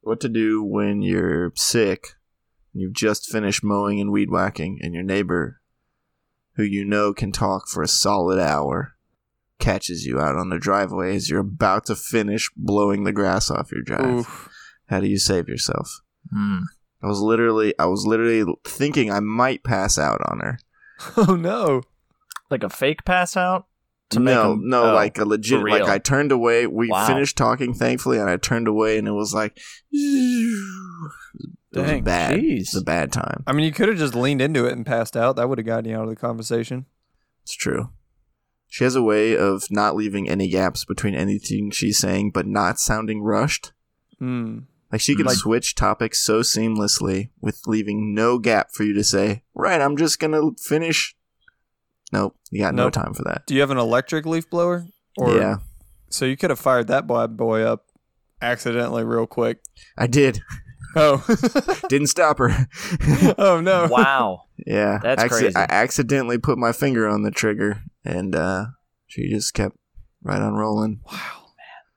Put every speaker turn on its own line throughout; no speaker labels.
what to do when you're sick and you've just finished mowing and weed whacking and your neighbor who you know can talk for a solid hour catches you out on the driveway as you're about to finish blowing the grass off your drive
Oof.
how do you save yourself
Hmm.
i was literally i was literally thinking i might pass out on her
Oh no.
Like a fake pass out? To make
no,
'em-
no,
oh.
like a legit.
for
Like
real.
I turned away. We
Wow.
finished talking, thankfully, and I turned away, and it was like, it was
Dang,
bad.
jeez.
It's a bad time.
I mean, you could have just leaned into it and passed out. That would have gotten you out of the conversation.
It's true. She has a way of not leaving any gaps between anything she's saying, but not sounding rushed.
Hmm.
Like she can
Like-
switch topics so seamlessly with leaving no gap for you to say, "Right, I'm just gonna finish." Nope, you got
Nope.
no time for that.
Do you have an electric leaf blower?
yeah,
So you could have fired that bad boy up accidentally real quick.
I did.
Oh.
Didn't stop her.
oh no.
wow.
Yeah,
That's crazy.
I accidentally put my finger on the trigger, and uh, she just kept right on rolling.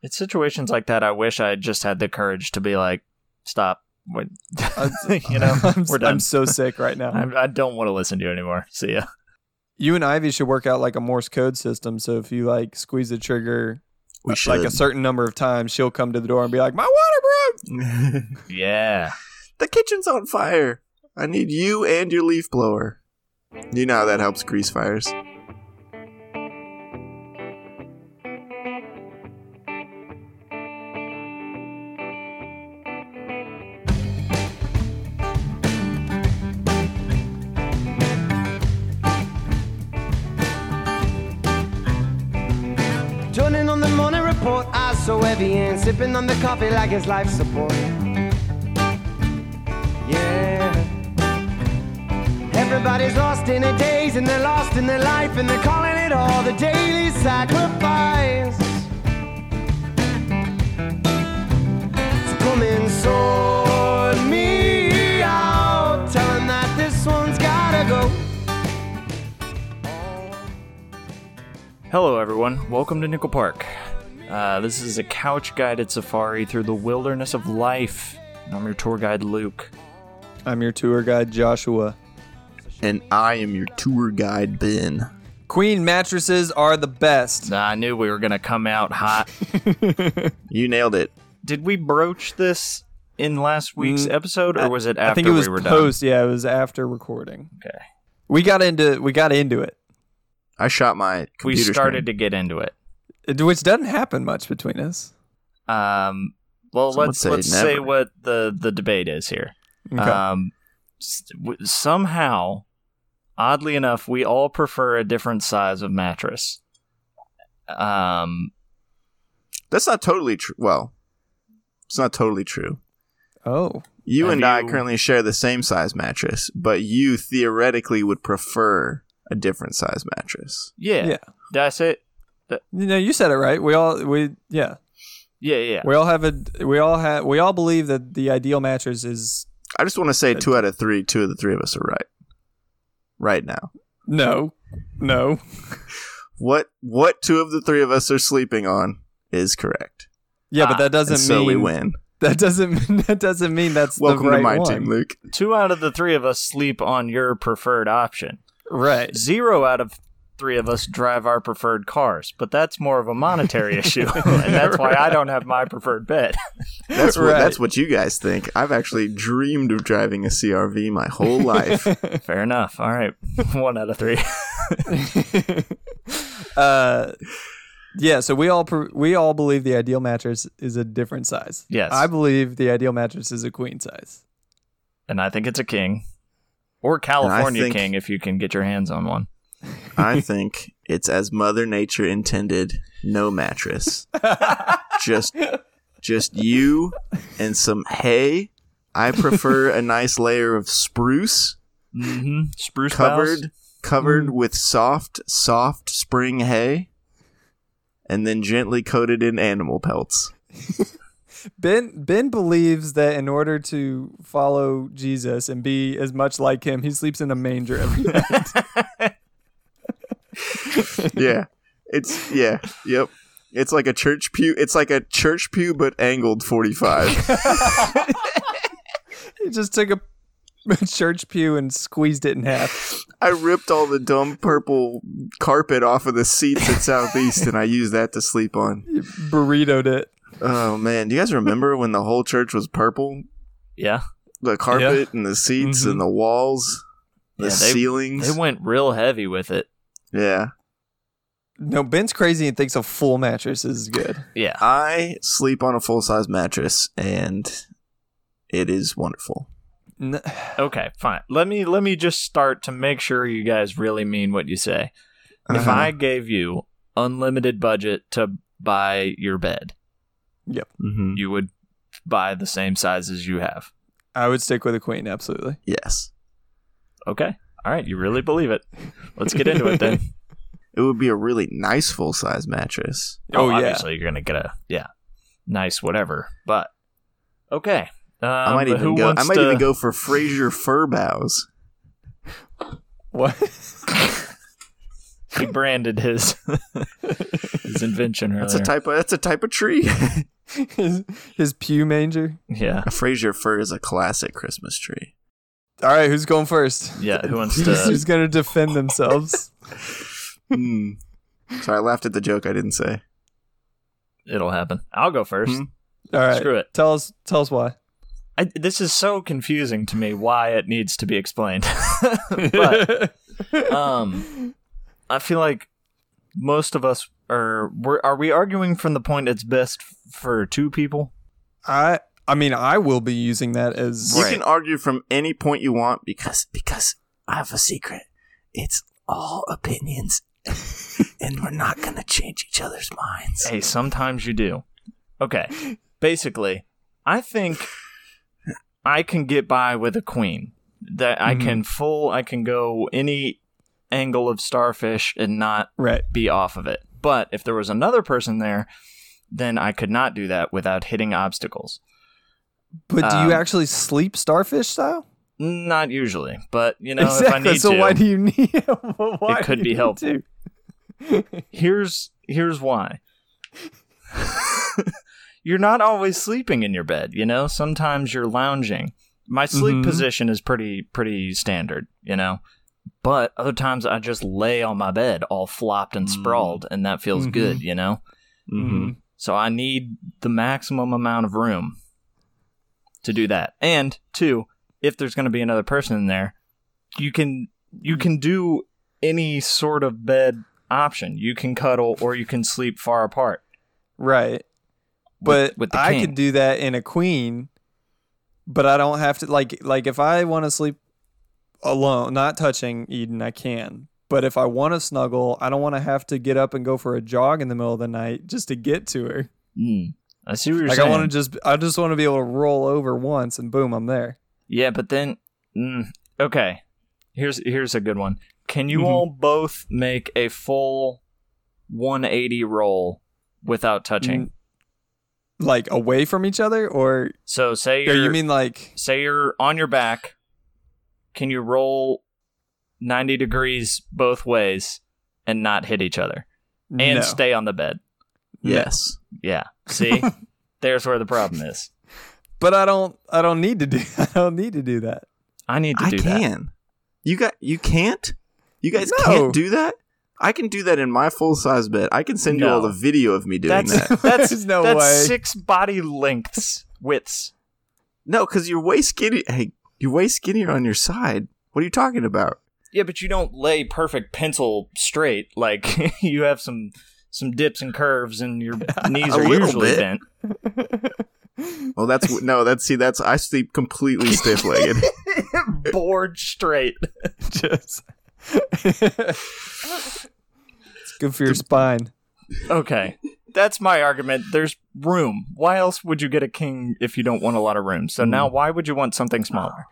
It's situations like that I wish I had just had the courage to be like, stop. Wait. you know,
I'm,
we're done.
I'm so sick right now.
I'm, I don't want to listen to you anymore. See ya.
you and Ivy should work out like a Morse code system. So if you like squeeze the trigger
We
uh,
should.
like a certain number of times, she'll come to the door and be like, "My water broke."
the
Yeah.
kitchen's on fire. I need you and your leaf blower. You know how that helps grease fires.
Turning on the morning report, eyes so heavy and sipping on the coffee like it's life support. Yeah. Everybody's lost in their days and they're lost in their life and they're calling it all the daily sacrifice. So come and sort me out, telling that this one's gotta go.
Hello, everyone. Welcome to Nickel Park. Uh, this is a couch guided safari through the wilderness of life. I'm your tour guide, Luke.
I'm your tour guide, Joshua.
And I am your tour guide, Ben.
Queen mattresses are the best.
Nah, I knew we were going to come out hot.
You nailed it.
Did we broach this in last week's
Mm,
episode, or was it after
I think it was
we were
post. Yeah, it was after recording.
done? Okay.
We got into we got into it,
I shot my computer.
We started
screen.
to get into it.
it- which doesn't happen much between us.
Um, well,
Some would
let's
say
let's say
never.
what the the debate is here.
Uh,
Okay.
Um, s- w- somehow, oddly enough, we all prefer a different size of mattress. Um,
That's not totally true. Well, it's not totally true.
oh,
You
Have
and I
you-
currently share the same size mattress, but you theoretically would prefer a different size mattress.
yeah,
Yeah.
that's it.
you know, you said it right. We all we yeah.
Yeah, yeah.
We all have a we all have we all believe that the ideal mattress is
I just want to
Uh,
say two out of three, two of the three of us are right. Right now.
no, no.
What what two of the three of us are sleeping on is correct.
Ah,
Yeah, but that doesn't
And so
mean
we win.
That doesn't mean that doesn't mean that's
Welcome
the right
to my
one.
team, Luke.
Two out of the three of us sleep on your preferred option.
Right.
Zero out of three of us drive our preferred cars, but that's more of a monetary issue, and that's why I don't have my preferred bed.
That's what
Right.
that's what you guys think. I've actually dreamed of driving a CRV my whole life.
Fair enough. All right, one out of three.
uh, yeah. So we all pr- we all believe the ideal mattress is a different size.
Yes.
I believe the ideal mattress is a queen size.
and I think it's a king or California
think-
king if you can get your hands on one.
I think it's as Mother Nature intended, no mattress. just just you and some hay. I prefer a nice layer of spruce.
Mm-hmm. Spruce
covered
boughs.
Mm.
covered with soft soft spring hay and then gently coated in animal pelts
Ben Ben believes that in order to follow Jesus and be as much like him, he sleeps in a manger every night.
yeah it's yeah yep It's like a church pew. It's like a church pew, but angled forty-five.
He just took a church pew and squeezed it in half.
I ripped all the dumb purple carpet off of the seats at Southeast, and I used that to sleep on.
You burritoed it.
Oh man, do you guys remember when the whole church was purple?
Yeah.
The carpet and the seats and the walls, the
Mm-hmm. Yeah, they-
ceilings.
They went real heavy with it.
yeah,
No, Ben's crazy and thinks a full mattress is good.
Yeah.
I sleep on a full size mattress, and it is wonderful.
N-
Okay, fine. Let me let me just start to make sure you guys really mean what you say. If
Uh-huh.
I gave you unlimited budget to buy your bed,
Mhm.
you would buy the same size as you have.
I would stick with a queen, absolutely.
Yes,
Okay. All right, you really believe it. Let's get into it then.
it would be a really nice full size mattress.
Oh, yeah.
obviously you're gonna get a yeah, nice whatever. But okay, um,
I might
but
even
who
go.
wants
I might
to,
even go for Fraser fir boughs.
What?
He branded his his invention earlier.
That's a type of that's a type of tree.
his, his pew manger?
yeah,
a Fraser fir is a classic Christmas tree.
All right, who's going first?
yeah. uh, Who wants to?
Who's going to defend themselves?
Hmm. Sorry, I laughed at the joke I didn't say.
It'll happen. I'll go first.
Hmm.
All right.
Screw it.
Tell us tell us why.
I, this is so confusing to me. Why it needs to be explained, but um, I feel like most of us are. We're, are we arguing from the point it's best f- for two people?
I I mean, I will be using that as
You can argue from any point you want because because I have a secret. It's all opinions, and we're not gonna change each other's minds.
Hey, sometimes you do. Okay. Basically, I think I can get by with a queen. That I can full I can go any angle of starfish and not
right.
be off of it. But if there was another person there, then I could not do that without hitting obstacles.
But do
Um,
you actually sleep starfish style?
Not usually, but you know, if I
exactly.
need
so
to.
why do you need? why
It could
do
be
you
helpful.
do-
here's here's why. you're not always sleeping in your bed, you know? Sometimes you're lounging. My sleep
Mhm.
position is pretty pretty standard, you know. But other times I just lay on my bed all flopped and
Mm.
sprawled and that feels
Mhm.
good, you know?
Mm-hmm.
So I need the maximum amount of room to do that. And two, if there's going to be another person in there, you can you can do any sort of bed option. You can cuddle or you can sleep far apart.
Right.
with-
But
with the
I
king.
could do that in a queen, but I don't have to like like if I want to sleep alone, not touching Eden, I can. But if I want to snuggle, I don't want to have to get up and go for a jog in the middle of the night just to get to her.
Mm. I see what you're
like
saying.
I want to just I just want to be able to roll over once and boom, I'm there.
yeah, but then mm, okay. Here's here's a good one. Can you
Mhm.
all both make a full 180 roll without touching?
Mm, Like away from each other, or
So say
or
you're,
you mean like
say you're on your back can you roll 90 degrees both ways and not hit each other and
no.
stay on the bed
No.
Yes.
yeah see there's where the problem is
But I don't I don't need to do I don't need to do that.
i need to
I
do that
can. You got you can't? You guys
No.
can't do that? I can do that in my full size bed. I can send you all
No.
the video of me doing
that's
that.
that's
There's no
that's
way.
six body lengths widths
No, because you're way skinny hey, you're way skinnier on your side. What are you talking about?
yeah but you don't lay perfect pencil straight like you have some some dips and curves and your knees
A
are
little
usually
bit.
bent
Well that's no, that's see, that's I sleep completely stiff legged.
bored straight
Just it's good for your spine.
Okay. That's my argument. There's room. Why else would you get a king if you don't want a lot of room? So
Hmm.
now why would you want something smaller?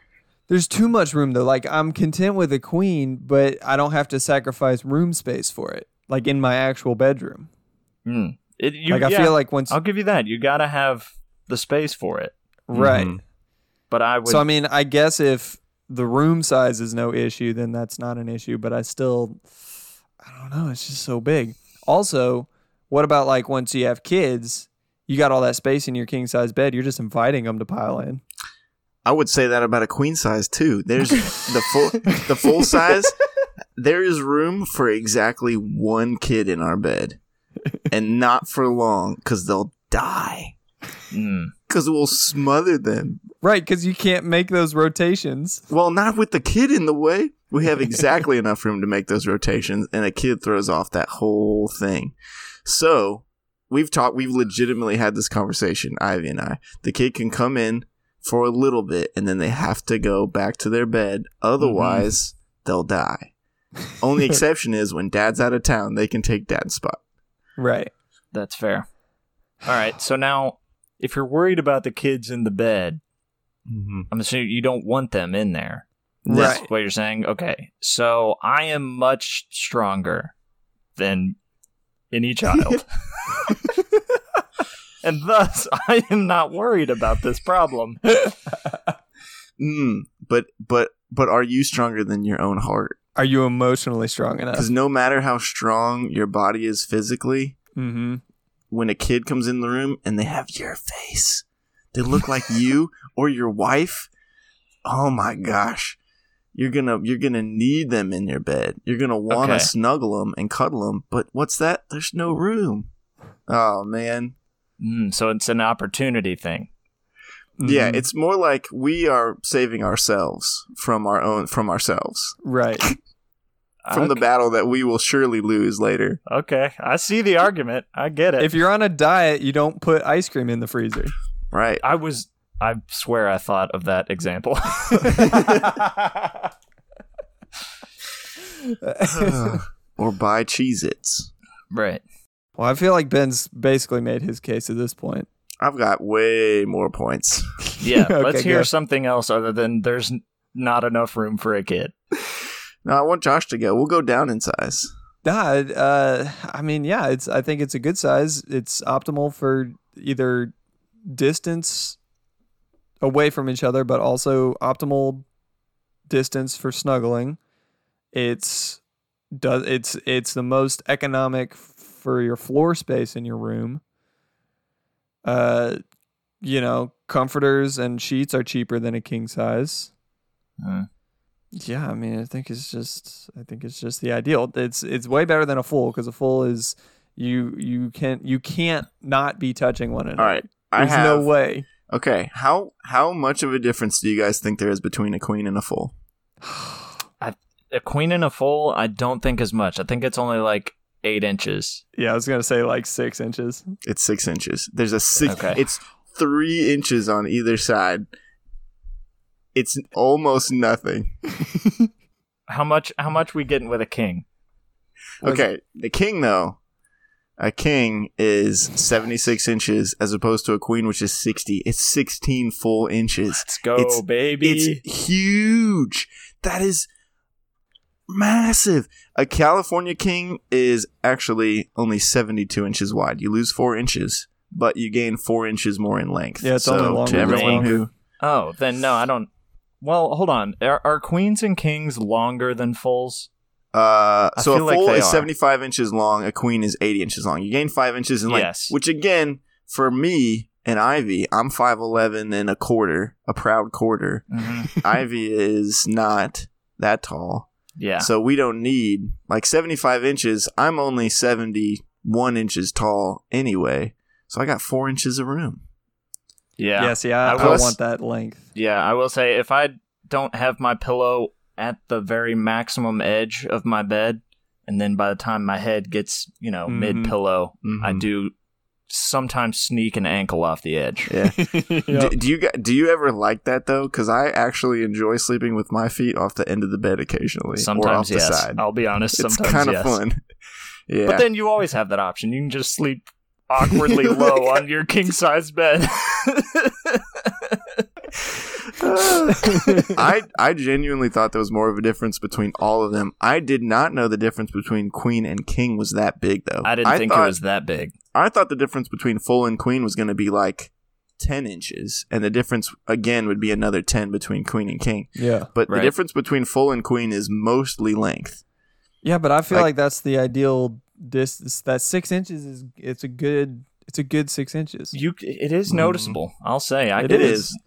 There's too much room though. Like I'm content with a queen, but I don't have to sacrifice room space for it. Like in my actual bedroom.
Hmm. It, you,
like I
yeah,
feel like once
I'll give you that. You got to have the space for it.
right.
Mhm.
But I would
So I mean, I guess if the room size is no issue, then that's not an issue. But I still, I don't know. It's just so big. Also, What about like once you have kids, you got all that space in your king size bed. You're just inviting them to pile in.
I would say that about a queen size too. There's the full the full size. There is room for exactly one kid in our bed, and not for long because they'll die.
Mm.
Because we'll smother them.
Right, because you can't make those rotations.
Well, not with the kid in the way. We have exactly enough room to make those rotations, and a kid throws off that whole thing. So we've talked. We've legitimately had this conversation, Ivy and I. The kid can come in for a little bit, and then they have to go back to their bed. Otherwise, they'll die. Only exception is when dad's out of town, they can take dad's spot.
Right.
That's fair. All right. So now, if you're worried about the kids in the bed,
Mm-hmm.
I'm assuming you don't want them in there.
Right.
That's what you're saying. Okay. So I am much stronger than any child. and thus, I am not worried about this problem.
Mm, but but but are you stronger than your own heart?
Are you emotionally strong enough?
Because no matter how strong your body is physically,
Mm-hmm.
when a kid comes in the room and they have your face, they look like you or your wife. Oh my gosh, you're gonna you're gonna need them in your bed. You're gonna want to
Okay.
snuggle them and cuddle them. But what's that? There's no room. Oh man,
Mm, so it's an opportunity thing.
Mm-hmm.
yeah.
Mm-hmm.
It's more like we are saving ourselves from our own from ourselves
right.
from the
Ah, Okay.
battle that we will surely lose later.
Okay. I see the argument. I get it.
If you're on a diet, you don't put ice cream in the freezer.
Right.
I was. I swear I thought of that example.
or buy Cheez Its.
right.
Well, I feel like Ben's basically made his case at this point.
I've got way more points.
Yeah.
Okay,
let's hear
go.
something else other than there's n- not enough room for a kid.
Now I want Josh to go. We'll go down in size.
Nah, it, uh, I mean, yeah, it's. I think it's a good size. It's optimal for either distance away from each other, but also optimal distance for snuggling. It's does it's it's the most economic for your floor space in your room. Uh, you know, comforters and sheets are cheaper than a king size.
Hmm.
Yeah, I mean, I think it's just, I think it's just the ideal. It's it's way better than a full because a full is you you can you can't not be touching one another.
All right. I
there's
have,
no way.
Okay. How how much of a difference do you guys think there is between a queen and a full?
A queen and a foal, I don't think as much. I think it's only like eight inches.
Yeah, I was gonna say like six inches.
It's six inches. There's a six.
Okay.
It's three inches on either side. It's almost nothing.
How much? How much we getting with a king?
Okay. The king though, a king is seventy six inches as opposed to a queen, which is sixty. It's sixteen full inches.
Let's go,
It's-
baby.
It's huge. That is massive. A California king is actually only 72 inches wide. You lose four inches, but you gain four inches more in length.
Yeah, it's
so
only longer
to
than
everyone
length.
who
oh, then no, I don't. Well, hold on. Are, are queens and kings longer than foals?
uh,
I
so
feel
a
like
foal
they
is
are.
75 inches long. A queen is 80 inches long. You gain five inches in length,
Yes.
which again for me and Ivy, I'm 5'11 and a quarter, a proud quarter.
Mhm.
Ivy is not that tall.
Yeah.
So we don't need like 75 inches. I'm only 71 inches tall anyway. So I got four inches of room.
yeah.
Yeah, see, I,
I
I,
was-
want that length.
Yeah, I will say if I don't have my pillow at the very maximum edge of my bed, and then by the time my head gets, you know,
Mhm.
Mm-hmm.
mid pillow, I
Mhm.
do sometimes sneak an ankle off the edge.
Yeah.
Yep.
do, do you gu- do you ever like that though? Because I actually enjoy sleeping with my feet off the end of the bed occasionally, or off
Sometimes
the
yes.
side.
I'll be honest,
it's
sometimes
kind of
yes.
fun. yeah.
But then you always have that option. You can just sleep awkwardly low on your king size bed.
I I genuinely thought there was more of a difference between all of them. I did not know the difference between queen and king was that big though.
I didn't think
thought-
it was that big.
I thought the difference between full and queen was going to be like 10 inches, and the difference again would be another 10 between queen and king.
Yeah,
But
Right.
the difference between full and queen is mostly length.
yeah, but I feel
Like-
like that's the ideal distance that six inches is it's a good it's a good six inches.
You, c- it is noticeable. Mm-hmm. I'll say, I,
It
it
is.
is.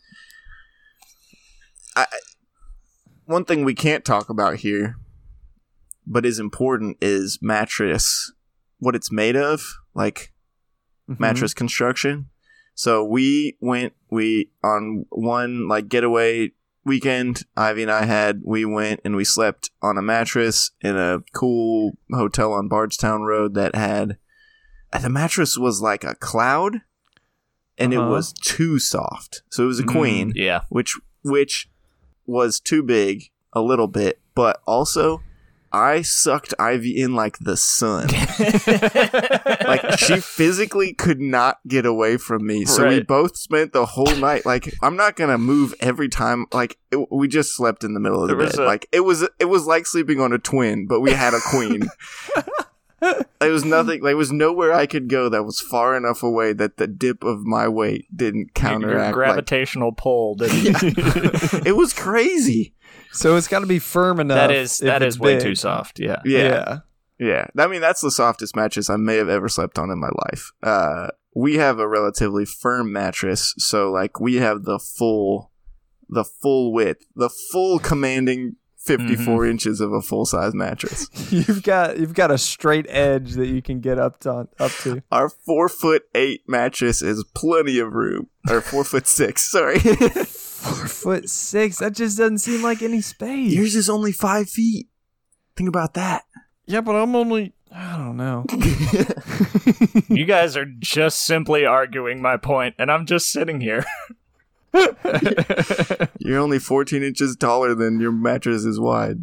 One thing we can't talk about here, but is important, is mattress. What it's made of, like
Mhm.
mattress construction. So we went we on one like getaway weekend Ivy and I had we went and we slept on a mattress in a cool hotel on Bardstown Road that had the mattress was like a cloud and
Uh-huh.
it was too soft. So it was a queen
Yeah.
which which was too big a little bit, but also I sucked Ivy in like the sun. like she physically could not get away from me so we
Right.
both spent the whole night like i'm not gonna move every time like it, we just slept in the middle of the
There was
bed
a-
like it was it was like sleeping on a twin but we had a queen There was nothing. There was nowhere I could go that was far enough away that the dip of my weight didn't
Your
counteract. like-
gravitational pull. Didn't
it was crazy.
So it's got to be firm enough.
that is
if
that
it's
is way
big.
too soft. Yeah.
Yeah, yeah,
yeah.
I mean, that's the softest mattress I may have ever slept on in my life. Uh, we have a relatively firm mattress, so like we have the full, the full width, the full commanding 54 inches of a full size mattress.
You've got you've got a straight edge that you can get up to up to.
Our four foot eight mattress is plenty of room, or four foot six. Sorry,
Four foot six. That just doesn't seem like any space.
yours is only five feet. Think about that.
yeah, but I'm only I don't know.
You guys are just simply arguing my point, and I'm just sitting here.
You're only 14 inches taller than your mattress is wide.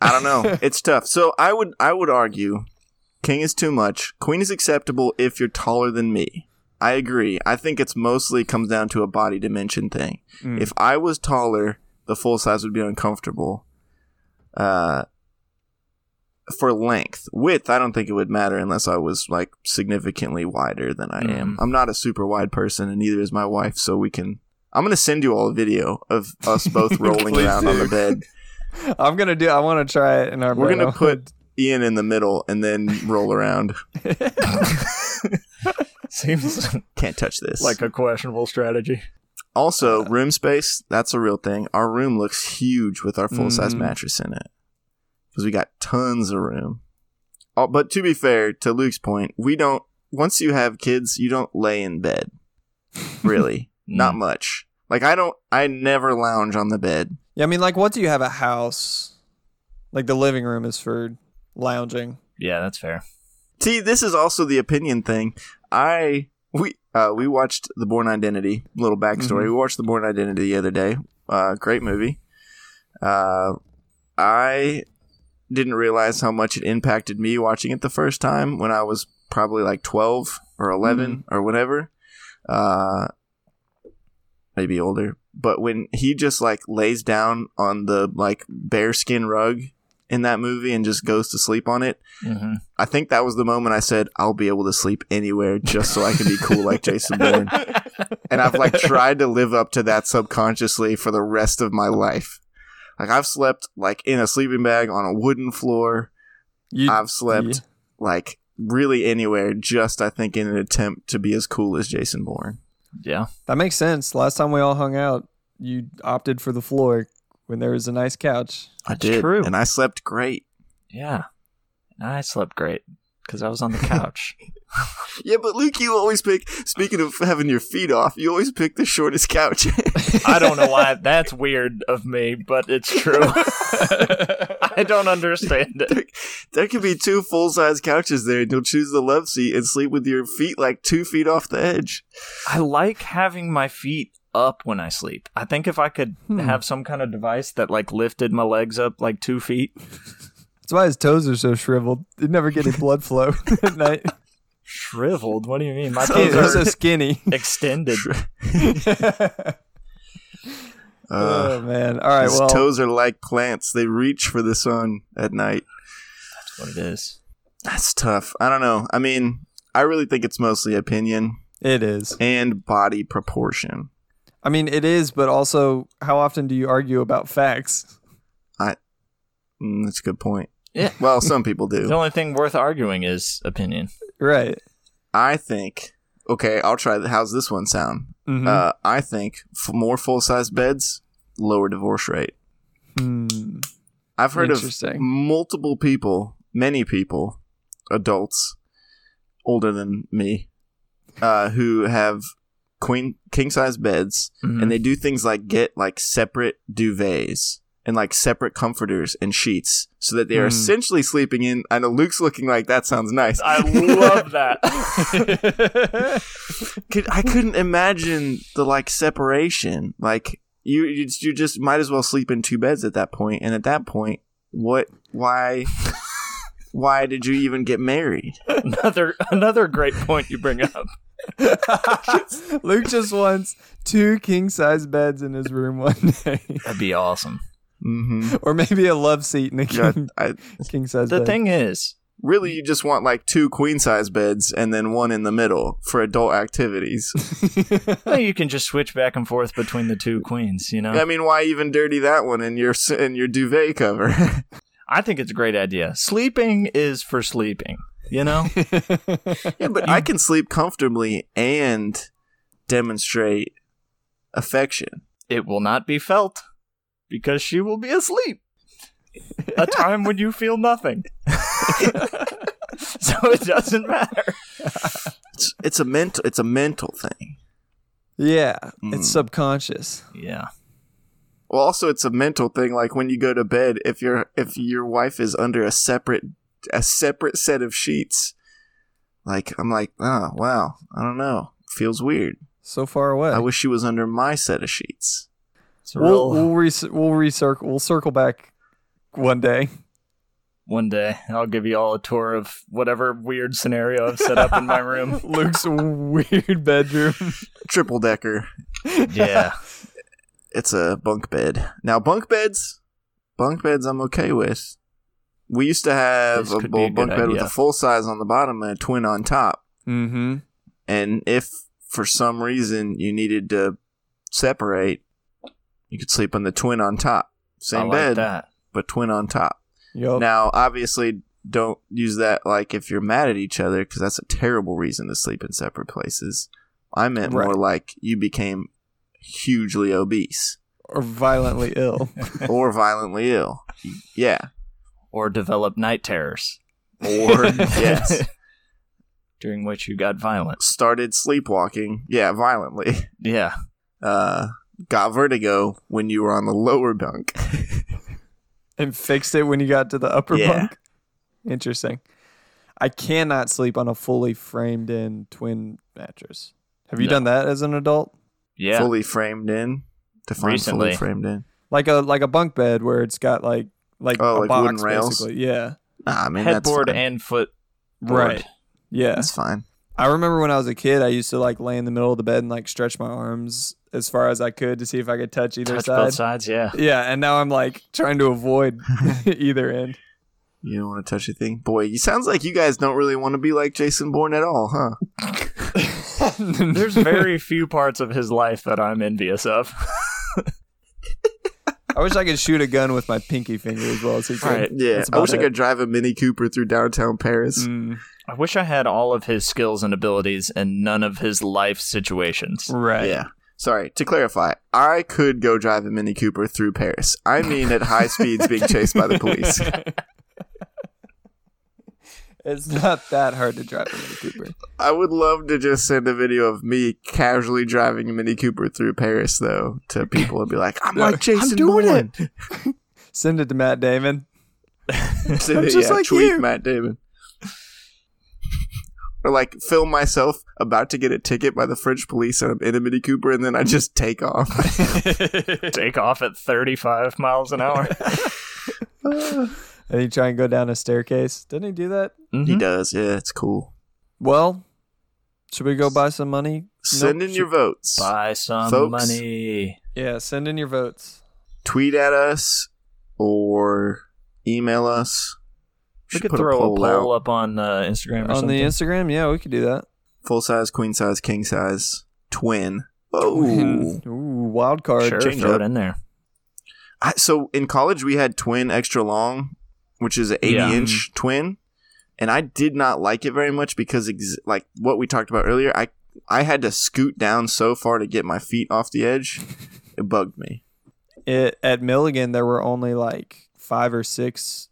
I don't know. it's tough. So I would I would argue king is too much. Queen is acceptable if you're taller than me. I agree. I think it's mostly comes down to a body dimension thing.
Mm.
If I was taller, the full size would be uncomfortable. Uh for length. Width, I don't think it would matter unless I was like significantly wider than I am. I'm not a super wide person and neither is my wife, so we can I'm gonna send you all a video of us both rolling
Please
around on
do.
the bed.
I'm gonna do. I want to try it in our.
We're
bed.
gonna
I
put Ian in the middle and then roll around.
Seems
Can't touch this. Uh,
like a questionable strategy.
also room space. That's a real thing. Our room looks huge with our full size
Mhm.
mattress in it because we got tons of room. Oh, but to be fair, to Luke's point, we don't. Once you have kids, you don't lay in bed. Really, not much. Like I don't. I never lounge on the bed.
Yeah, I mean, like, what do you have a house? Like the living room is for lounging.
Mm, Yeah, that's fair.
See, this is also the opinion thing. I we uh, we watched The Born Identity. Little backstory: We watched The Born Identity the other day. Uh, great movie. Uh, I didn't realize how much it impacted me watching it the first time when I was probably like twelve or 11 or whatever. Uh, maybe older. But when he just like lays down on the like bearskin rug in that movie and just goes to sleep on it,
hmm
I think that was the moment I said I'll be able to sleep anywhere just so I can be cool like Jason Bourne. And I've like tried to live up to that subconsciously for the rest of my life. Like I've slept like in a sleeping bag on a wooden floor.
You,
I've slept like really anywhere just I think in an attempt to be as cool as Jason Bourne.
Yeah.
that makes sense. Last time we all hung out, you opted for the floor when there was a nice couch.
I
That's
did.
true.
And I slept great.
Yeah. And I slept great because I was on the couch.
Yeah, but Luke, you always pick speaking of having your feet off, you always pick the shortest couch.
I don't know why that's weird of me, but it's true. I don't understand it.
There could be two full size couches there, and you'll choose the love seat and sleep with your feet like two feet off the edge.
I like having my feet up when I sleep. I think if I could have some kind of device that like lifted my legs up like two feet,
That's why his toes are so shriveled. They never get any blood flow at night.
shriveled. What do you mean? My toes
They're so
are
skinny.
extended.
Uh,
oh man! All right,
his
well,
toes are like plants; they reach for the sun at night.
That's what it is.
That's tough. I don't know. I mean, I really think it's mostly opinion
it is.
and body proportion.
I mean, it is, but also, how often do you argue about facts?
Mm, that's a good point.
Yeah.
Well, some people do.
The only thing worth arguing is opinion.
Right.
I think. Okay, I'll try. th- How's this one sound?
Mhm.
Uh, I think f- more full size beds, lower divorce rate.
Hmm.
I've heard of
Interesting.
multiple people, many people, adults older than me, uh, who have queen king size beds,
Mhm.
Mm-hmm.
and they do things like get like separate duvets and like separate comforters and sheets, so that they are
Hmm.
essentially sleeping in. I know Luke's looking like that sounds nice.
I love that.
could, I couldn't imagine the like separation. Like you, you, just- you just might as well sleep in two beds at that point. And at that point, what? Why? why did you even get married?
another another great point you bring up.
Luke just wants two king size beds in his room one day,
That'd be awesome.
Mm-hmm.
or maybe a love seat in a king,
I,
king size
The
bed.
thing is,
really, you just want like two queen size beds and then one in the middle for adult activities.
well, you can just switch back and forth between the two queens. You know,
I mean, why even dirty that one in your s- in your duvet cover?
I think it's a great idea. Sleeping is for sleeping. You know,
yeah, but I can sleep comfortably and demonstrate affection.
it will not be felt because she will be asleep. A time when you feel nothing. so it doesn't matter.
It's, it's a mental it's a mental thing.
yeah,
Mm.
it's subconscious.
Yeah.
Well, also it's a mental thing. Like when you go to bed, if your if your wife is under a separate a separate set of sheets, like I'm like, ah, wow, I don't know, feels weird.
So far away.
I wish she was under my set of sheets.
It's a
we'll
real
we'll, re- we'll recircle. We'll circle back one day.
one day. I'll give you all a tour of whatever weird scenario I've set up in my room.
Luke's weird bedroom.
Triple decker.
Yeah.
It's a bunk bed. Now bunk beds, bunk beds, I'm okay with. We used to have
This
a,
could
bu-
be a good
bunk bed with
idea.
a full size on the bottom and a twin on top.
Mm-hmm.
and if for some reason you needed to separate, you could sleep on the twin on top,
I
same
like
bed,
that. Oh.
but twin on top.
Yup.
Now, obviously, don't use that like if you're mad at each other because that's a terrible reason to sleep in separate places. I meant more
Right.
like you became hugely obese
or violently ill.
or violently ill. Yeah,
Or develop night terrors.
or yes,
During which you got violent.
started sleepwalking. Yeah, violently.
Yeah.
Uh, got vertigo when you were on the lower bunk.
and fixed it when you got to the upper
Yeah.
bunk. Interesting. I cannot sleep on a fully framed in twin mattress. Have you
No.
done that as an adult?
Yeah.
fully framed in. Define fully
Recently.
framed in.
Like a like a bunk bed where it's got like like
Oh,
a
like
box
wooden rails?
basically. Yeah.
Nah, I mean
Headboard
that's fine.
and foot.
Right. Yeah.
That's fine.
I remember when I was a kid I used to like lay in the middle of the bed and like stretch my arms as far as I could to see if I could touch either
Touch
side.
both sides, yeah.
Yeah, and now I'm like trying to avoid either end.
You don't want to touch a thing, boy. You sounds like you guys don't really want to be like Jason Bourne at all, huh?
There's very few parts of his life that I'm envious of.
I wish I could shoot a gun with my pinky finger as well as he can.
Right.
Yeah,
That's
I wish
about
I
it.
could drive a Mini Cooper through downtown Paris.
Mm,
I wish I had all of his skills and abilities and none of his life situations.
right.
Yeah. Sorry, to clarify, I could go drive a Mini Cooper through Paris. I mean, at high speeds, being chased by the police.
It's not that hard to drive a Mini Cooper.
I would love to just send a video of me casually driving a Mini Cooper through Paris, though, to people and be like, "I'm like Jason Bourne."
it. Send it to Matt Damon.
Send
I'm
it,
just like
tweet
you.
Matt Damon. or like film myself about to get a ticket by the French police and I'm in a Mini Cooper and then I just take off.
Take off at 35 miles an hour.
And you try and go down a staircase. Didn't he do that?
Mm-hmm.
He does, yeah, it's cool.
Well, should we go buy some money?
Send
Nope.
in your votes.
Buy some
Folks.
money.
Yeah, send in your votes.
Tweet at us or email us.
We
Should
could
put
throw a poll,
out.
up on uh, Instagram or
On
something.
the Instagram, yeah, we could do that.
Full size, queen size, king size, twin. Oh,
Ooh, wild card.
sure,
change
throw
up.
it in there.
I, so in college we had twin extra long which is an 80
Yeah.
Mm-hmm.
inch twin, and I did not like it very much because ex- like what we talked about earlier, I I had to scoot down so far to get my feet off the edge. It bugged me.
It, at Milligan, there were only like five or six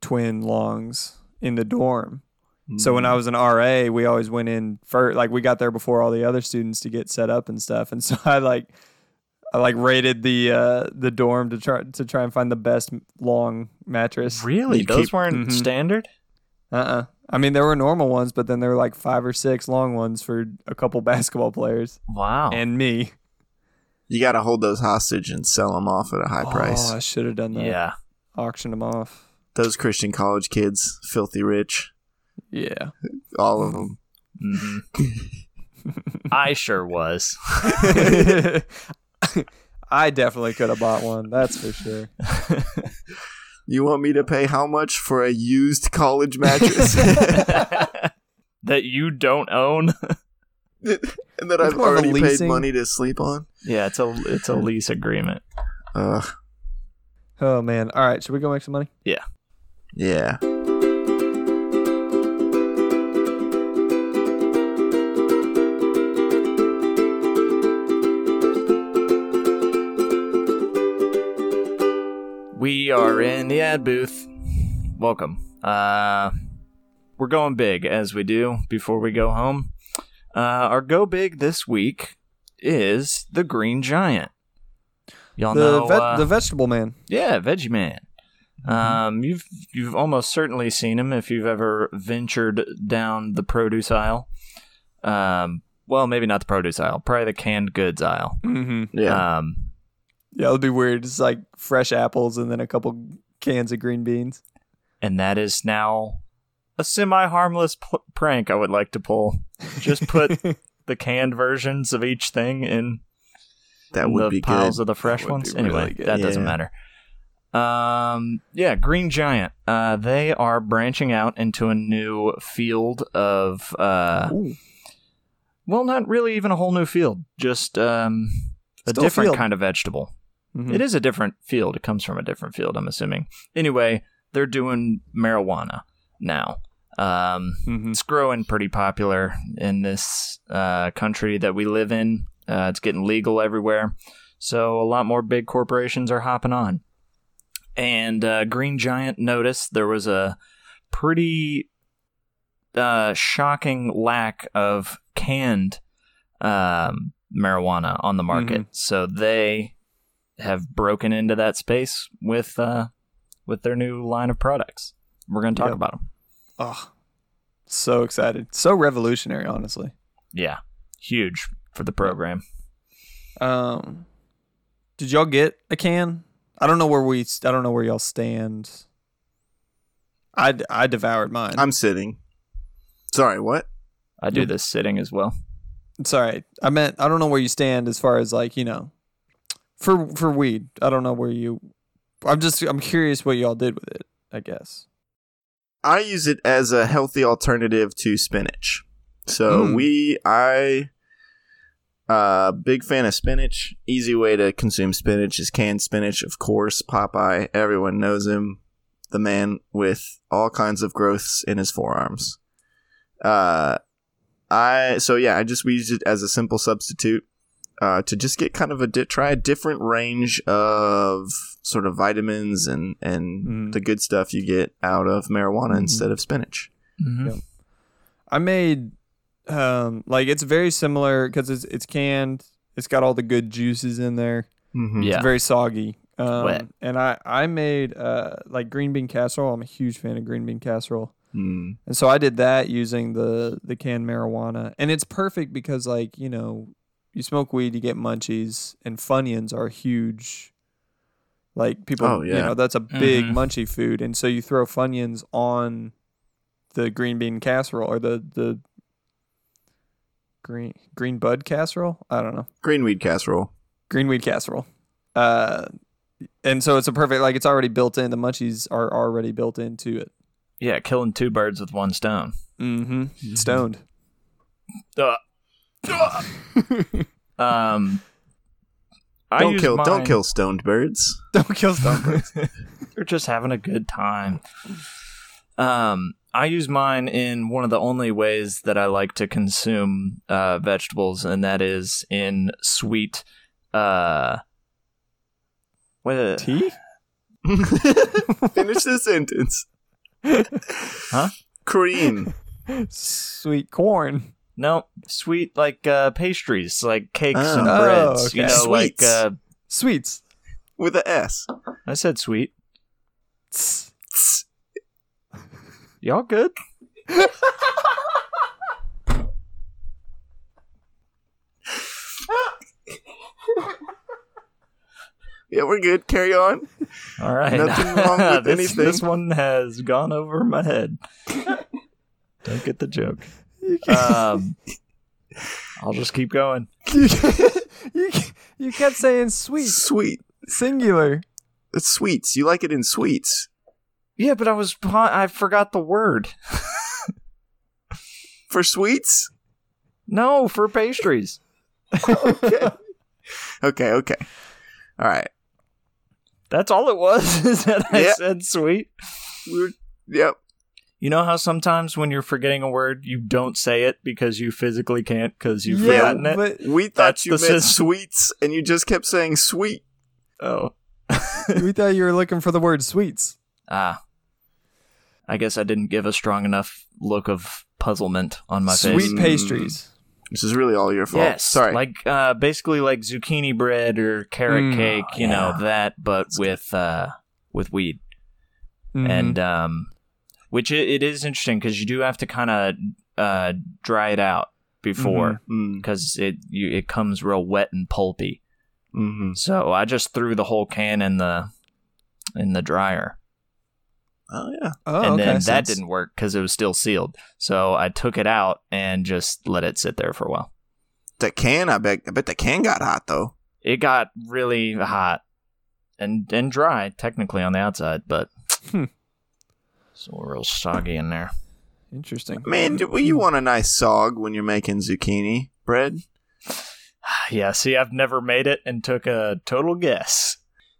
twin longs in the dorm. So
Mm.
when I was an RA, we always went in first. Like we got there before all the other students to get set up and stuff. And so I like, I like raided the uh, the dorm to try to try and find the best long mattress.
Really?
You
Those
keep-
weren't
Mhm.
standard?
Uh uh I mean, there were normal ones, but then there were like five or six long ones for a couple basketball players
Wow.
Oh,
and me.
you got to hold those hostage and sell them off at a high price.
Oh, I should have done that.
yeah.
Auctioned them off.
Those Christian college kids, filthy rich,
Yeah.
all
Mm-hmm.
of them.
hmm Mm-hmm. I sure was.
I definitely could have bought one. That's for sure.
You want me to pay how much for a used college mattress?
that you don't own.
and that I've
more of a
already paid
leasing-
money to sleep on.
Yeah, it's a it's a lease agreement.
Ugh.
Oh man. All right. Should we go make some money?
Yeah.
Uh, We are in the ad booth. Welcome. Uh, we're going big as we do before we go home. Uh, our go big this week is the Green Giant. Y'all
the
know
ve-
uh,
the vegetable man.
Yeah, Veggie Man. Um, you've you've almost certainly seen him if you've ever ventured down the produce aisle. Um, well, maybe not the produce aisle, probably the canned goods aisle.
Mm-hmm.
Yeah.
Um,
Yeah, it'd be weird. It's like fresh apples and then a couple cans of green beans.
and that is now a semi harmless pl- prank I would like to pull. Just put
Mm-hmm.
the canned versions of each thing in
that would
the
be good.
piles of the fresh
That would
ones.
be
Anyway,
really good.
that doesn't
Yeah.
matter. Um, yeah, Green Giant. Uh, they are branching out into a new field of uh,
Ooh.
well, not really even a whole new field, just um, a
Still a
different
field.
kind of vegetable.
Mhm.
It is a different field. It comes from a different field, I'm assuming. Anyway, they're doing marijuana now. Um,
Mhm.
it's growing pretty popular in this uh, country that we live in. Uh, it's getting legal everywhere. So a lot more big corporations are hopping on. And uh, Green Giant noticed there was a pretty uh, shocking lack of canned um, marijuana on the market. So they have broken into that space with uh, with their new line of products. We're going to talk
Yep.
about them.
Oh, so excited. So revolutionary, honestly.
Yeah, huge for the program.
Um, did y'all get a can? I don't know where we. I don't know where y'all stand. I, I devoured mine.
I'm sitting. Sorry, what?
I do this sitting as well.
sorry. I meant I don't know where you stand as far as like you know, for for weed. I don't know where you. I'm just I'm curious what y'all did with it. I guess.
I use it as a healthy alternative to spinach. So
Mm.
we, I, uh, big fan of spinach. Easy way to consume spinach is canned spinach, of course. Popeye, everyone knows him, the man with all kinds of growths in his forearms. Uh, I so yeah, I just we used it as a simple substitute. Uh, to just get kind of a di- try a different range of sort of vitamins and and
Mm.
the good stuff you get out of marijuana instead of spinach. Mm-hmm.
Yep. I made um like it's very similar because it's it's canned. It's got all the good juices in there.
Mm-hmm.
Yeah.
It's very soggy. Um,
wet.
And I I made uh like green bean casserole. I'm a huge fan of green bean casserole,
Mm.
and so I did that using the the canned marijuana, and it's perfect because like you know you smoke weed, you get munchies, and Funyuns are huge. Like people,
Oh,
you
yeah.
know, that's a big
Mhm.
munchie food, and so you throw Funyuns on the green bean casserole or the the green green bud casserole. I don't know
Green weed casserole.
green weed casserole. Uh, and so it's a perfect like it's already built in. The munchies are already built into it.
Yeah, killing two birds with one stone.
Mm-hmm. Stoned.
Uh, um, I
Don't
use
kill
mine-
don't kill stoned birds.
Don't kill stoned birds.
You're just having a good time. Um, I use mine in one of the only ways that I like to consume uh, vegetables, and that is in sweet. Uh, what uh, a,
Tea?
Finish the sentence.
Huh?
Cream.
Sweet corn.
no sweet like uh, pastries, like cakes
Oh.
and
Oh,
breads. You know,
okay.
like
Sweets.
uh,
Sweets.
With a S.
I said, sweet.
Tss.
Tss.
Y'all good?
Yeah, we're good. Carry on.
All right.
Nothing wrong with
this,
anything.
This one has gone over my head. Don't get the joke.
You
Um, I'll just keep going.
you, you, you kept saying sweet,
Sweet.
singular.
It's sweets. You like it in sweets.
Yeah, but I was I forgot the word.
For sweets?
No, for pastries.
Okay, okay. All right.
That's all it was. Is that I
Yeah.
said sweet.
We're yep.
You know how sometimes when you're forgetting a word, you don't say it because you physically can't because you've
yeah,
forgotten it.
but
We thought
That's
you
the
meant
sys-
sweets and you just kept saying sweet.
oh,
we thought you were looking for the word sweets.
ah. I guess I didn't give a strong enough look of puzzlement on my face.
Sweet pastries.
This is really all your fault.
Yes,
Sorry.
Like uh, basically like zucchini bread or carrot
Mm.
cake, you know
Yeah.
that, but with uh, with weed
Mhm.
and um, which it, it is interesting because you do have to kind of uh, dry it out before
Mm-hmm.
mm,
because it you, it comes real wet and pulpy.
hmm
So I just threw the whole can in the in the dryer,
Oh yeah.
oh,
and
okay.
then that
Sense.
didn't work because it was still sealed. So I took it out and just let it sit there for a while.
The can, I bet I bet the can got hot though.
it got really hot and and dry technically on the outside, but
Hmm.
it's all real soggy in there.
Interesting.
Man, do, well, you want a nice sog when you're making zucchini bread.
Yeah, see, I've never made it and took a total guess.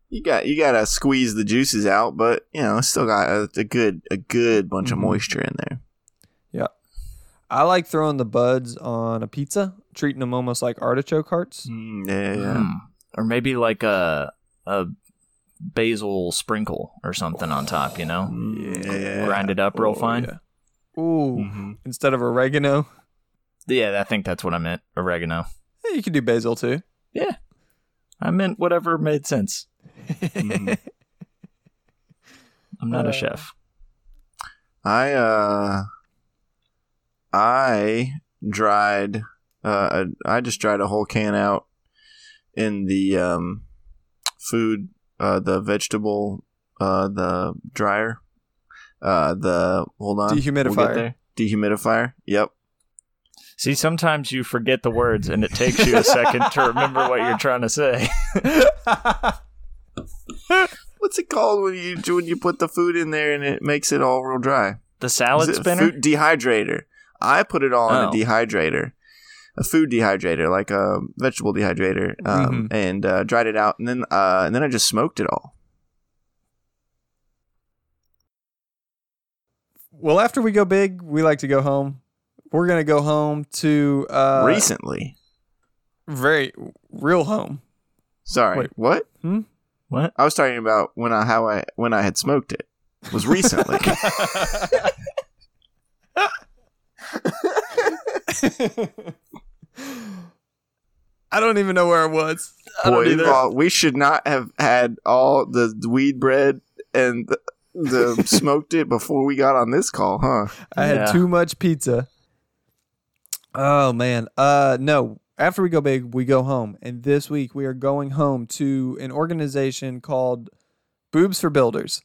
You got you gotta squeeze the juices out, but you know, it's still got a, a good a good bunch
Mhm.
of moisture in there.
I like throwing the buds on a pizza, treating them almost like artichoke hearts.
Mm, yeah, yeah.
Hmm. Or maybe like a a basil sprinkle or something on top, you know?
Mm, yeah.
Grind it up real
Oh,
fine. Mm.
yeah. Ooh,
Mhm.
instead of oregano,
Yeah. I think that's what I meant. Oregano.
Eh, you could do basil too.
I meant whatever made sense. Mm-hmm. I'm not
Uh.
a chef.
I uh, I dried uh, I I just dried a whole can out in the um food uh the vegetable uh the dryer uh the hold on we'll
Dehumidifier.
get there. dehumidifier yep
See, sometimes you forget the words and it takes you a second to remember what you're trying to say.
what's it called when you when you put the food in there and it makes it all real dry
The
Is
salad
it a
spinner?
Food dehydrator. I put it all in
Oh.
a dehydrator, a food dehydrator, like a vegetable dehydrator, um, and uh, dried it out, and then uh, and then I just smoked it all.
well, after we go big, we like to go home. We're gonna go home to uh,
Recently,
very real home.
sorry,
wait.
what?
What?
I was talking about when I how I when I had smoked it was recently.
I don't even know where I was.
Boy, Paul, we should not have had all the weed bread and the, the smoked it before we got on this call, huh?
I had
Yeah.
too much pizza. Oh man. Uh no. After we go big, we go home. And this week we are going home to an organization called Boobs for Builders.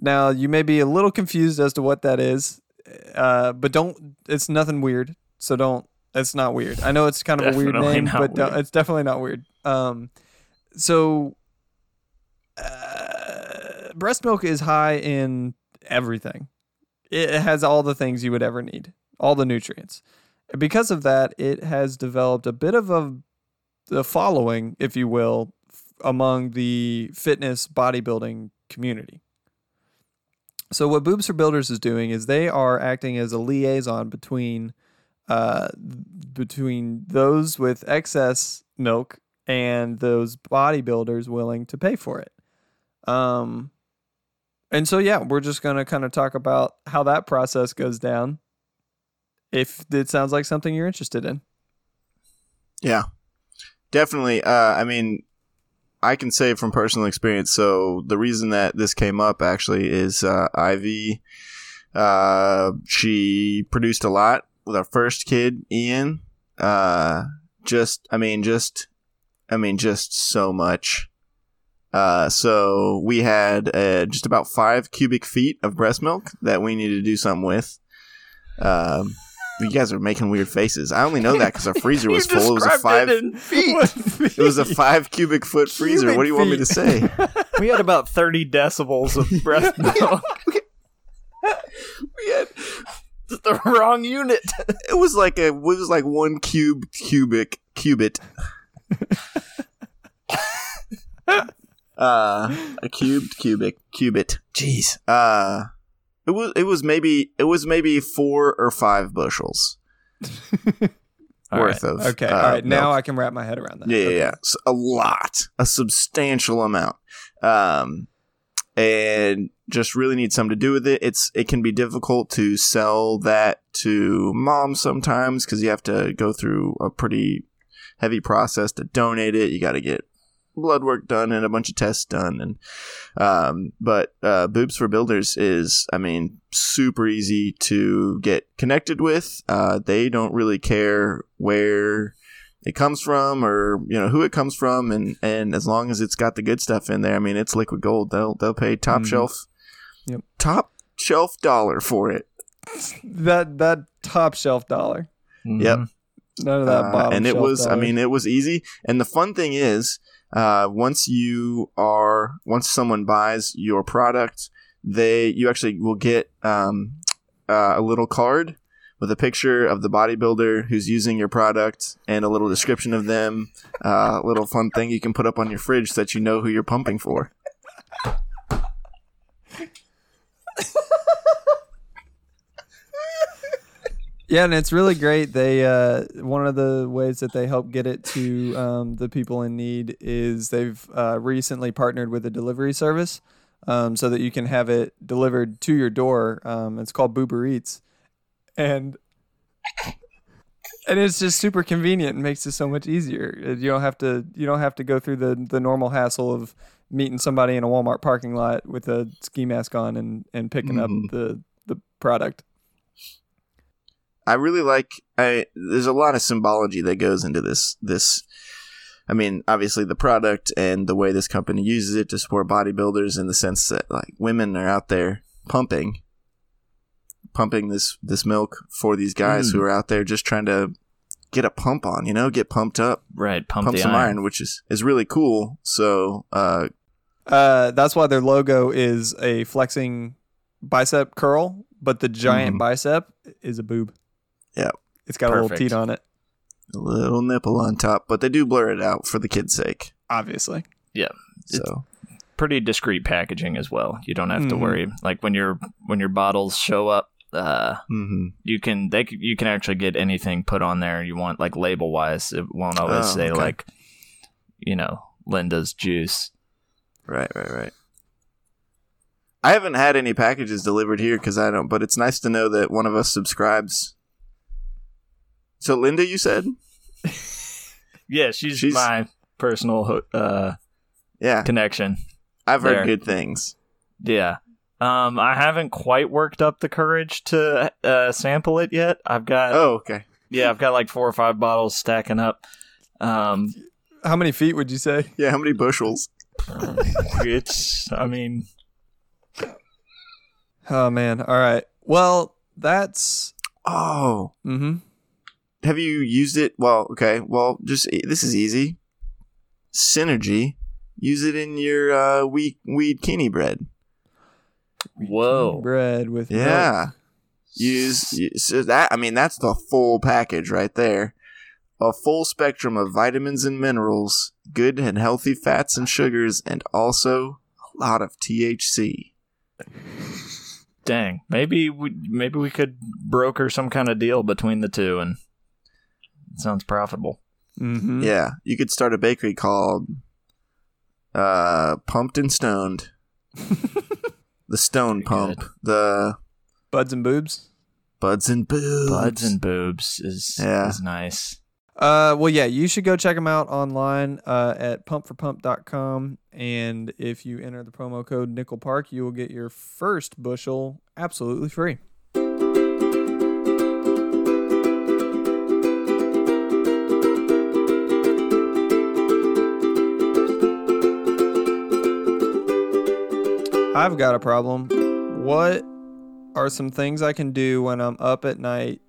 Now, you may be a little confused as to what that is. Uh but don't it's nothing weird. So don't it's not weird. I know it's kind of a
Definitely
weird name,
not
but don't-
weird.
it's definitely not weird. Um so uh, breast milk is high in everything it has all the things you would ever need, all the nutrients. And because of that, it has developed a bit of a the following, if you will, f- among the fitness bodybuilding community. So what Boobs for Builders is doing is they are acting as a liaison between uh, between those with excess milk and those bodybuilders willing to pay for it. Um, and so yeah, we're just gonna kind of talk about how that process goes down. If it sounds like something you're interested in,
Yeah, definitely. Uh, I mean, I can say from personal experience. So the reason that this came up actually is uh, Ivy. Uh, she produced a lot with our first kid, Ian. Uh, just, I mean, just, I mean, just so much. Uh, so we had uh, just about five cubic feet of breast milk that we needed to do something with. Um, you guys are making weird faces. I only know that because our freezer was full. It was a five. It, was a five cubic foot freezer.
Cubic
what do you want me to
feet.
say?
we had about 30 decibels of breath milk.
We had-
It's the wrong unit.
it was like a. It was like one cube cubic cubit. uh, a cubed cubic cubit. Jeez. Uh, it was. It was maybe. It was maybe four or five bushels worth of.
okay,
uh,
all right,
milk.
now I can wrap my head around that.
Yeah, yeah,
Okay.
yeah. S- a lot, a substantial amount, um, and just really need something to do with it. It's it can be difficult to sell that to moms sometimes because you have to go through a pretty heavy process to donate it. You got to get blood work done and a bunch of tests done and um, but uh, boobs for builders is i mean super easy to get connected with uh, they don't really care where it comes from or you know who it comes from and and as long as it's got the good stuff in there i mean it's liquid gold they'll they'll pay top
Mhm.
shelf
Yep.
top shelf dollar for it
That that top shelf dollar,
Mm-hmm.
Yep.
none of that
Uh,
bottom.
and it
shelf
was i
dollar.
mean it was easy and the fun thing is uh, once you are once someone buys your product they you actually will get um, uh, a little card with a picture of the bodybuilder who's using your product and a little description of them uh, a little fun thing you can put up on your fridge so that you know who you're pumping for
Yeah, and it's really great. They uh, one of the ways that they help get it to um, the people in need is they've uh, recently partnered with a delivery service, um, so that you can have it delivered to your door. Um, it's called Boober Eats, and and it's just super convenient and makes it so much easier. Uh, You don't have to you don't have to go through the the normal hassle of meeting somebody in a Walmart parking lot with a ski mask on and and picking
Mhm.
up the the product.
I really like. I there's a lot of symbology that goes into this. This, I mean, obviously the product and the way this company uses it to support bodybuilders in the sense that like women are out there pumping, pumping this this milk for these guys
Mm.
who are out there just trying to get a pump on, you know, get pumped up,
Right. Pump,
pump,
the
some
iron.
iron. which is is really cool. So, uh,
Uh, that's why their logo is a flexing bicep curl, but the giant
Mhm.
bicep is a boob.
Yeah.
It's got a little
Perfect.
teat on it,
a little nipple on top, but they do blur it out for the kids' sake.
obviously.
So.
Pretty discreet packaging as well. You don't have to
Hmm.
Mhm.
worry. Like when your when your bottles show up, uh,
mm-hmm.
you can they c- you can actually get anything put on there you want. Like label wise, it won't always
Oh,
say
okay.
like, you know, Linda's juice.
Right, right, right. I haven't had any packages delivered here because I don't, but it's nice to know that one of us subscribes. So, Linda, you said?
Yeah, she's,
She's-
my personal ho- uh,
Yeah,
connection.
I've heard
There.
good things.
Yeah. Um, I haven't quite worked up the courage to uh, sample it yet. I've got
Oh, okay.
yeah, I've got like four or five bottles stacking up. Um,
How many feet would you say?
Yeah, how many bushels?
it's I mean,
Oh man. All right. Well, that's
Oh,
mm-hmm.
have you used it? Well, okay. Well, just e, this is easy. Synergy. Use it in your uh, wheat weed kini bread.
whoa,
bread with milk.
Oh. Yeah. use y- so that i mean that's the full package right there a full spectrum of vitamins and minerals good and healthy fats and sugars and also lot of THC.
Dang, maybe we maybe we could broker some kind of deal between the two, and it sounds profitable.
Mm-hmm.
Yeah, you could start a bakery called uh, Pumped and Stoned. the Stone
Very
Pump.
good.
The
Buds and boobs.
Buds and Boobs.
Buds and boobs is
Yeah.
is nice.
Uh, well, yeah, you should go check them out online uh, at pumpforpump.com. And if you enter the promo code Nickel Park, you will get your first bushel absolutely free. I've got a problem. What are some things I can do when I'm up at night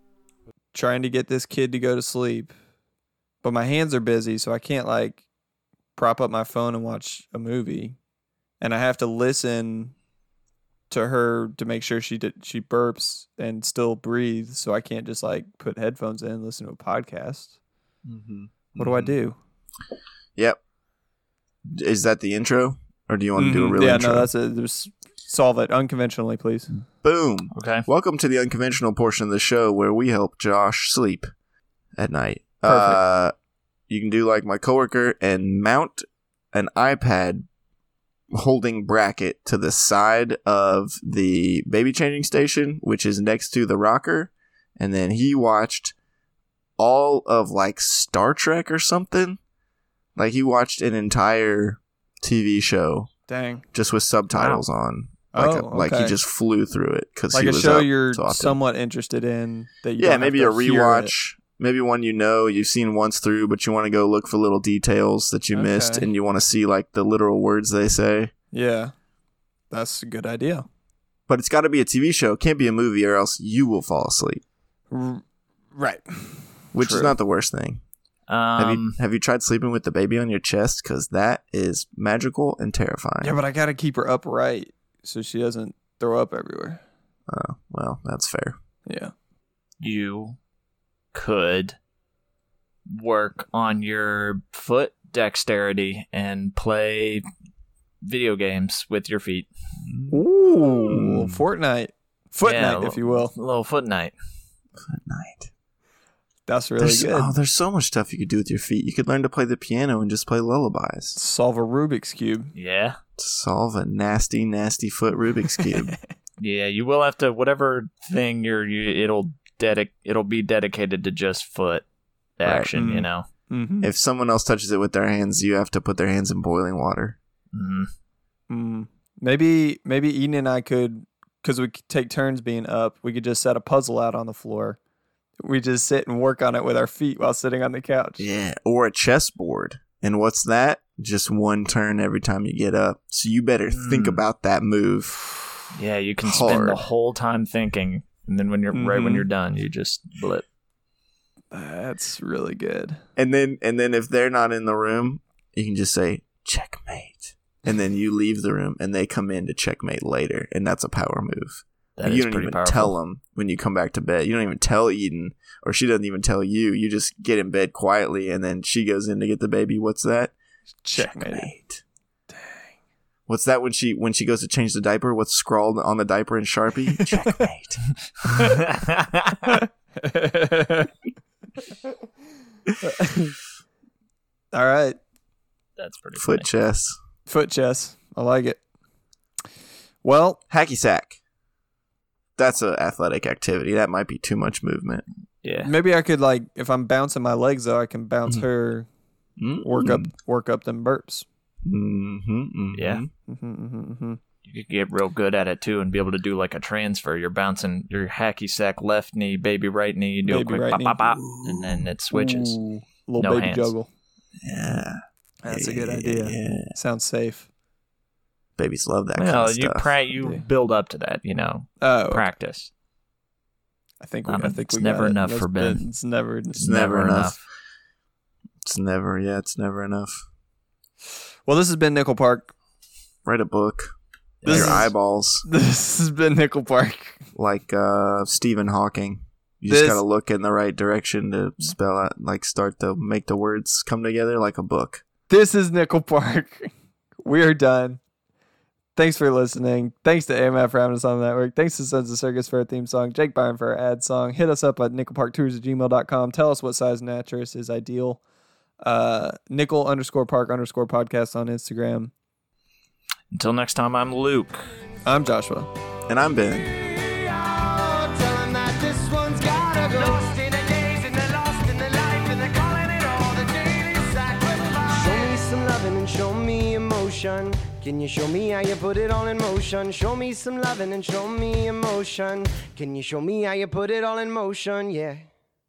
trying to get this kid to go to sleep, but my hands are busy, so I can't like prop up my phone and watch a movie, and I have to listen to her to make sure she did, she burps and still breathes, so I can't just like put headphones in and listen to a podcast.
Mm-hmm.
What do I do?
Yep. Is that the intro? Or do you want to do a
Mhm.
real
yeah,
intro?
no, that's it. Just solve it unconventionally, please.
Mm. Boom.
Okay,
Welcome to the unconventional portion of the show where we help Josh sleep at night.
Perfect.
Uh, you can do like my coworker and mount an iPad holding bracket to the side of the baby changing station, which is next to the rocker. And then he watched all of like Star Trek or something. Like he watched an entire TV show
Dang,
just with subtitles on. Like,
Oh,
like he
okay.
just flew through it because
like
he
a
was
show
up
you're
so often.
somewhat interested in that. You
yeah
don't have
maybe a
to hear it.
rewatch maybe one you know you've seen once through but you want to go look for little details that you missed
Okay.
and you want to see like the literal words they say
Yeah, that's a good idea.
but it's got to be a tv show it can't be a movie or else you will fall asleep
R- right.
which is
True.
not the worst thing have you
um,
have you tried sleeping with the baby on your chest because that is magical and terrifying
Yeah, but I gotta keep her upright so she doesn't throw up everywhere.
oh well that's fair
Yeah.
you could work on your foot dexterity and play video games with your feet.
Hmm.
Ooh, Fortnite, Foot
Yeah,
night,
li-
if you
Oh.
will.
little foot night.
at night
That's really
there's,
good.
oh there's so much stuff you could do with your feet you could learn to play the piano and just play lullabies
Solve a Rubik's cube.
Yeah,
solve a nasty nasty foot rubik's cube
yeah. You will have to whatever thing you're. You, it'll dedic. It'll be dedicated to just foot action.
Mm.
You know.
Mm-hmm.
If someone else touches it with their hands, you have to put their hands in boiling water.
Mm.
Mm. Maybe maybe Eden and I could, because we could take turns being up. We could just set a puzzle out on the floor. We just sit and work on it with our feet while sitting on the couch.
Yeah. Or a chessboard. And what's that? Just one turn every time you get up. So you better think
Mm.
about that move.
Yeah, you can spend the
Hard. Mm-hmm.
whole time thinking, and then when you're right when
Mhm.
you're done, you just blip.
That's really good.
And then and then if they're not in the room, you can just say checkmate. And then you leave the room and they come in to checkmate later. And that's a power move.
That is
you don't
pretty
even
powerful.
tell them when you come back to bed. You don't even tell Eden or she doesn't even tell you. You just get in bed quietly and then she goes in to get the baby. What's that?
Checkmate.
Dang. What's that when she when she goes to change the diaper? What's scrawled on the diaper in Sharpie? Checkmate.
All right.
That's pretty funny.
Foot chess.
Foot chess. I like it. Well,
Hacky sack. That's an athletic activity. That might be too much movement.
Yeah. Mm-hmm.
maybe I could like if I'm bouncing my legs though, I can bounce
Mhm.
her Hmm? work up work up them burps.
hmm
Yeah.
Mm-hmm, mm-hmm, hmm
You could get real good at it too and be able to do like a transfer. You're bouncing your hacky sack left knee, baby right knee, you do
Baby
a quick
right
pop,
knee.
pop, pop, and then it switches.
Little
No
baby
hands.
juggle.
Yeah.
That's a
Yeah,
good
yeah,
idea.
yeah.
Sounds safe.
Babies love that kind
Well,
of
you
stuff.
pra- you
Yeah.
build up to that, you know,
Oh,
practice.
I think we,
Um,
I think
it's
we
never
got it.
enough for Ben.
been- It's never.
It's never enough. it's never. Yeah, it's never enough.
Well, this has been Nickel Park.
Write a book.
This
Your
is-
eyeballs,
This has been Nickel Park.
like uh, Stephen Hawking. You
This-
just gotta look in the right direction to spell out, like start to make the words come together like a book.
This is Nickel Park. We are done. Thanks for listening. Thanks to AMF for having us on the network. Thanks to Sons of Circus for our theme song, Jake Byron for our ad song. Hit us up at nickelparktours at gmail.com. Tell us what size naturist is ideal. Uh, nickel underscore park underscore podcast on Instagram.
Until next time, I'm Luke.
I'm Joshua.
And I'm Ben.
Lost in the days and they're lost in the life and they're calling it all the daily sacrifice. Show me some loving and show me emotion. Can you show me how you put it all in motion? Show me some loving and show me emotion. Can you show me how you put it all in motion? Yeah.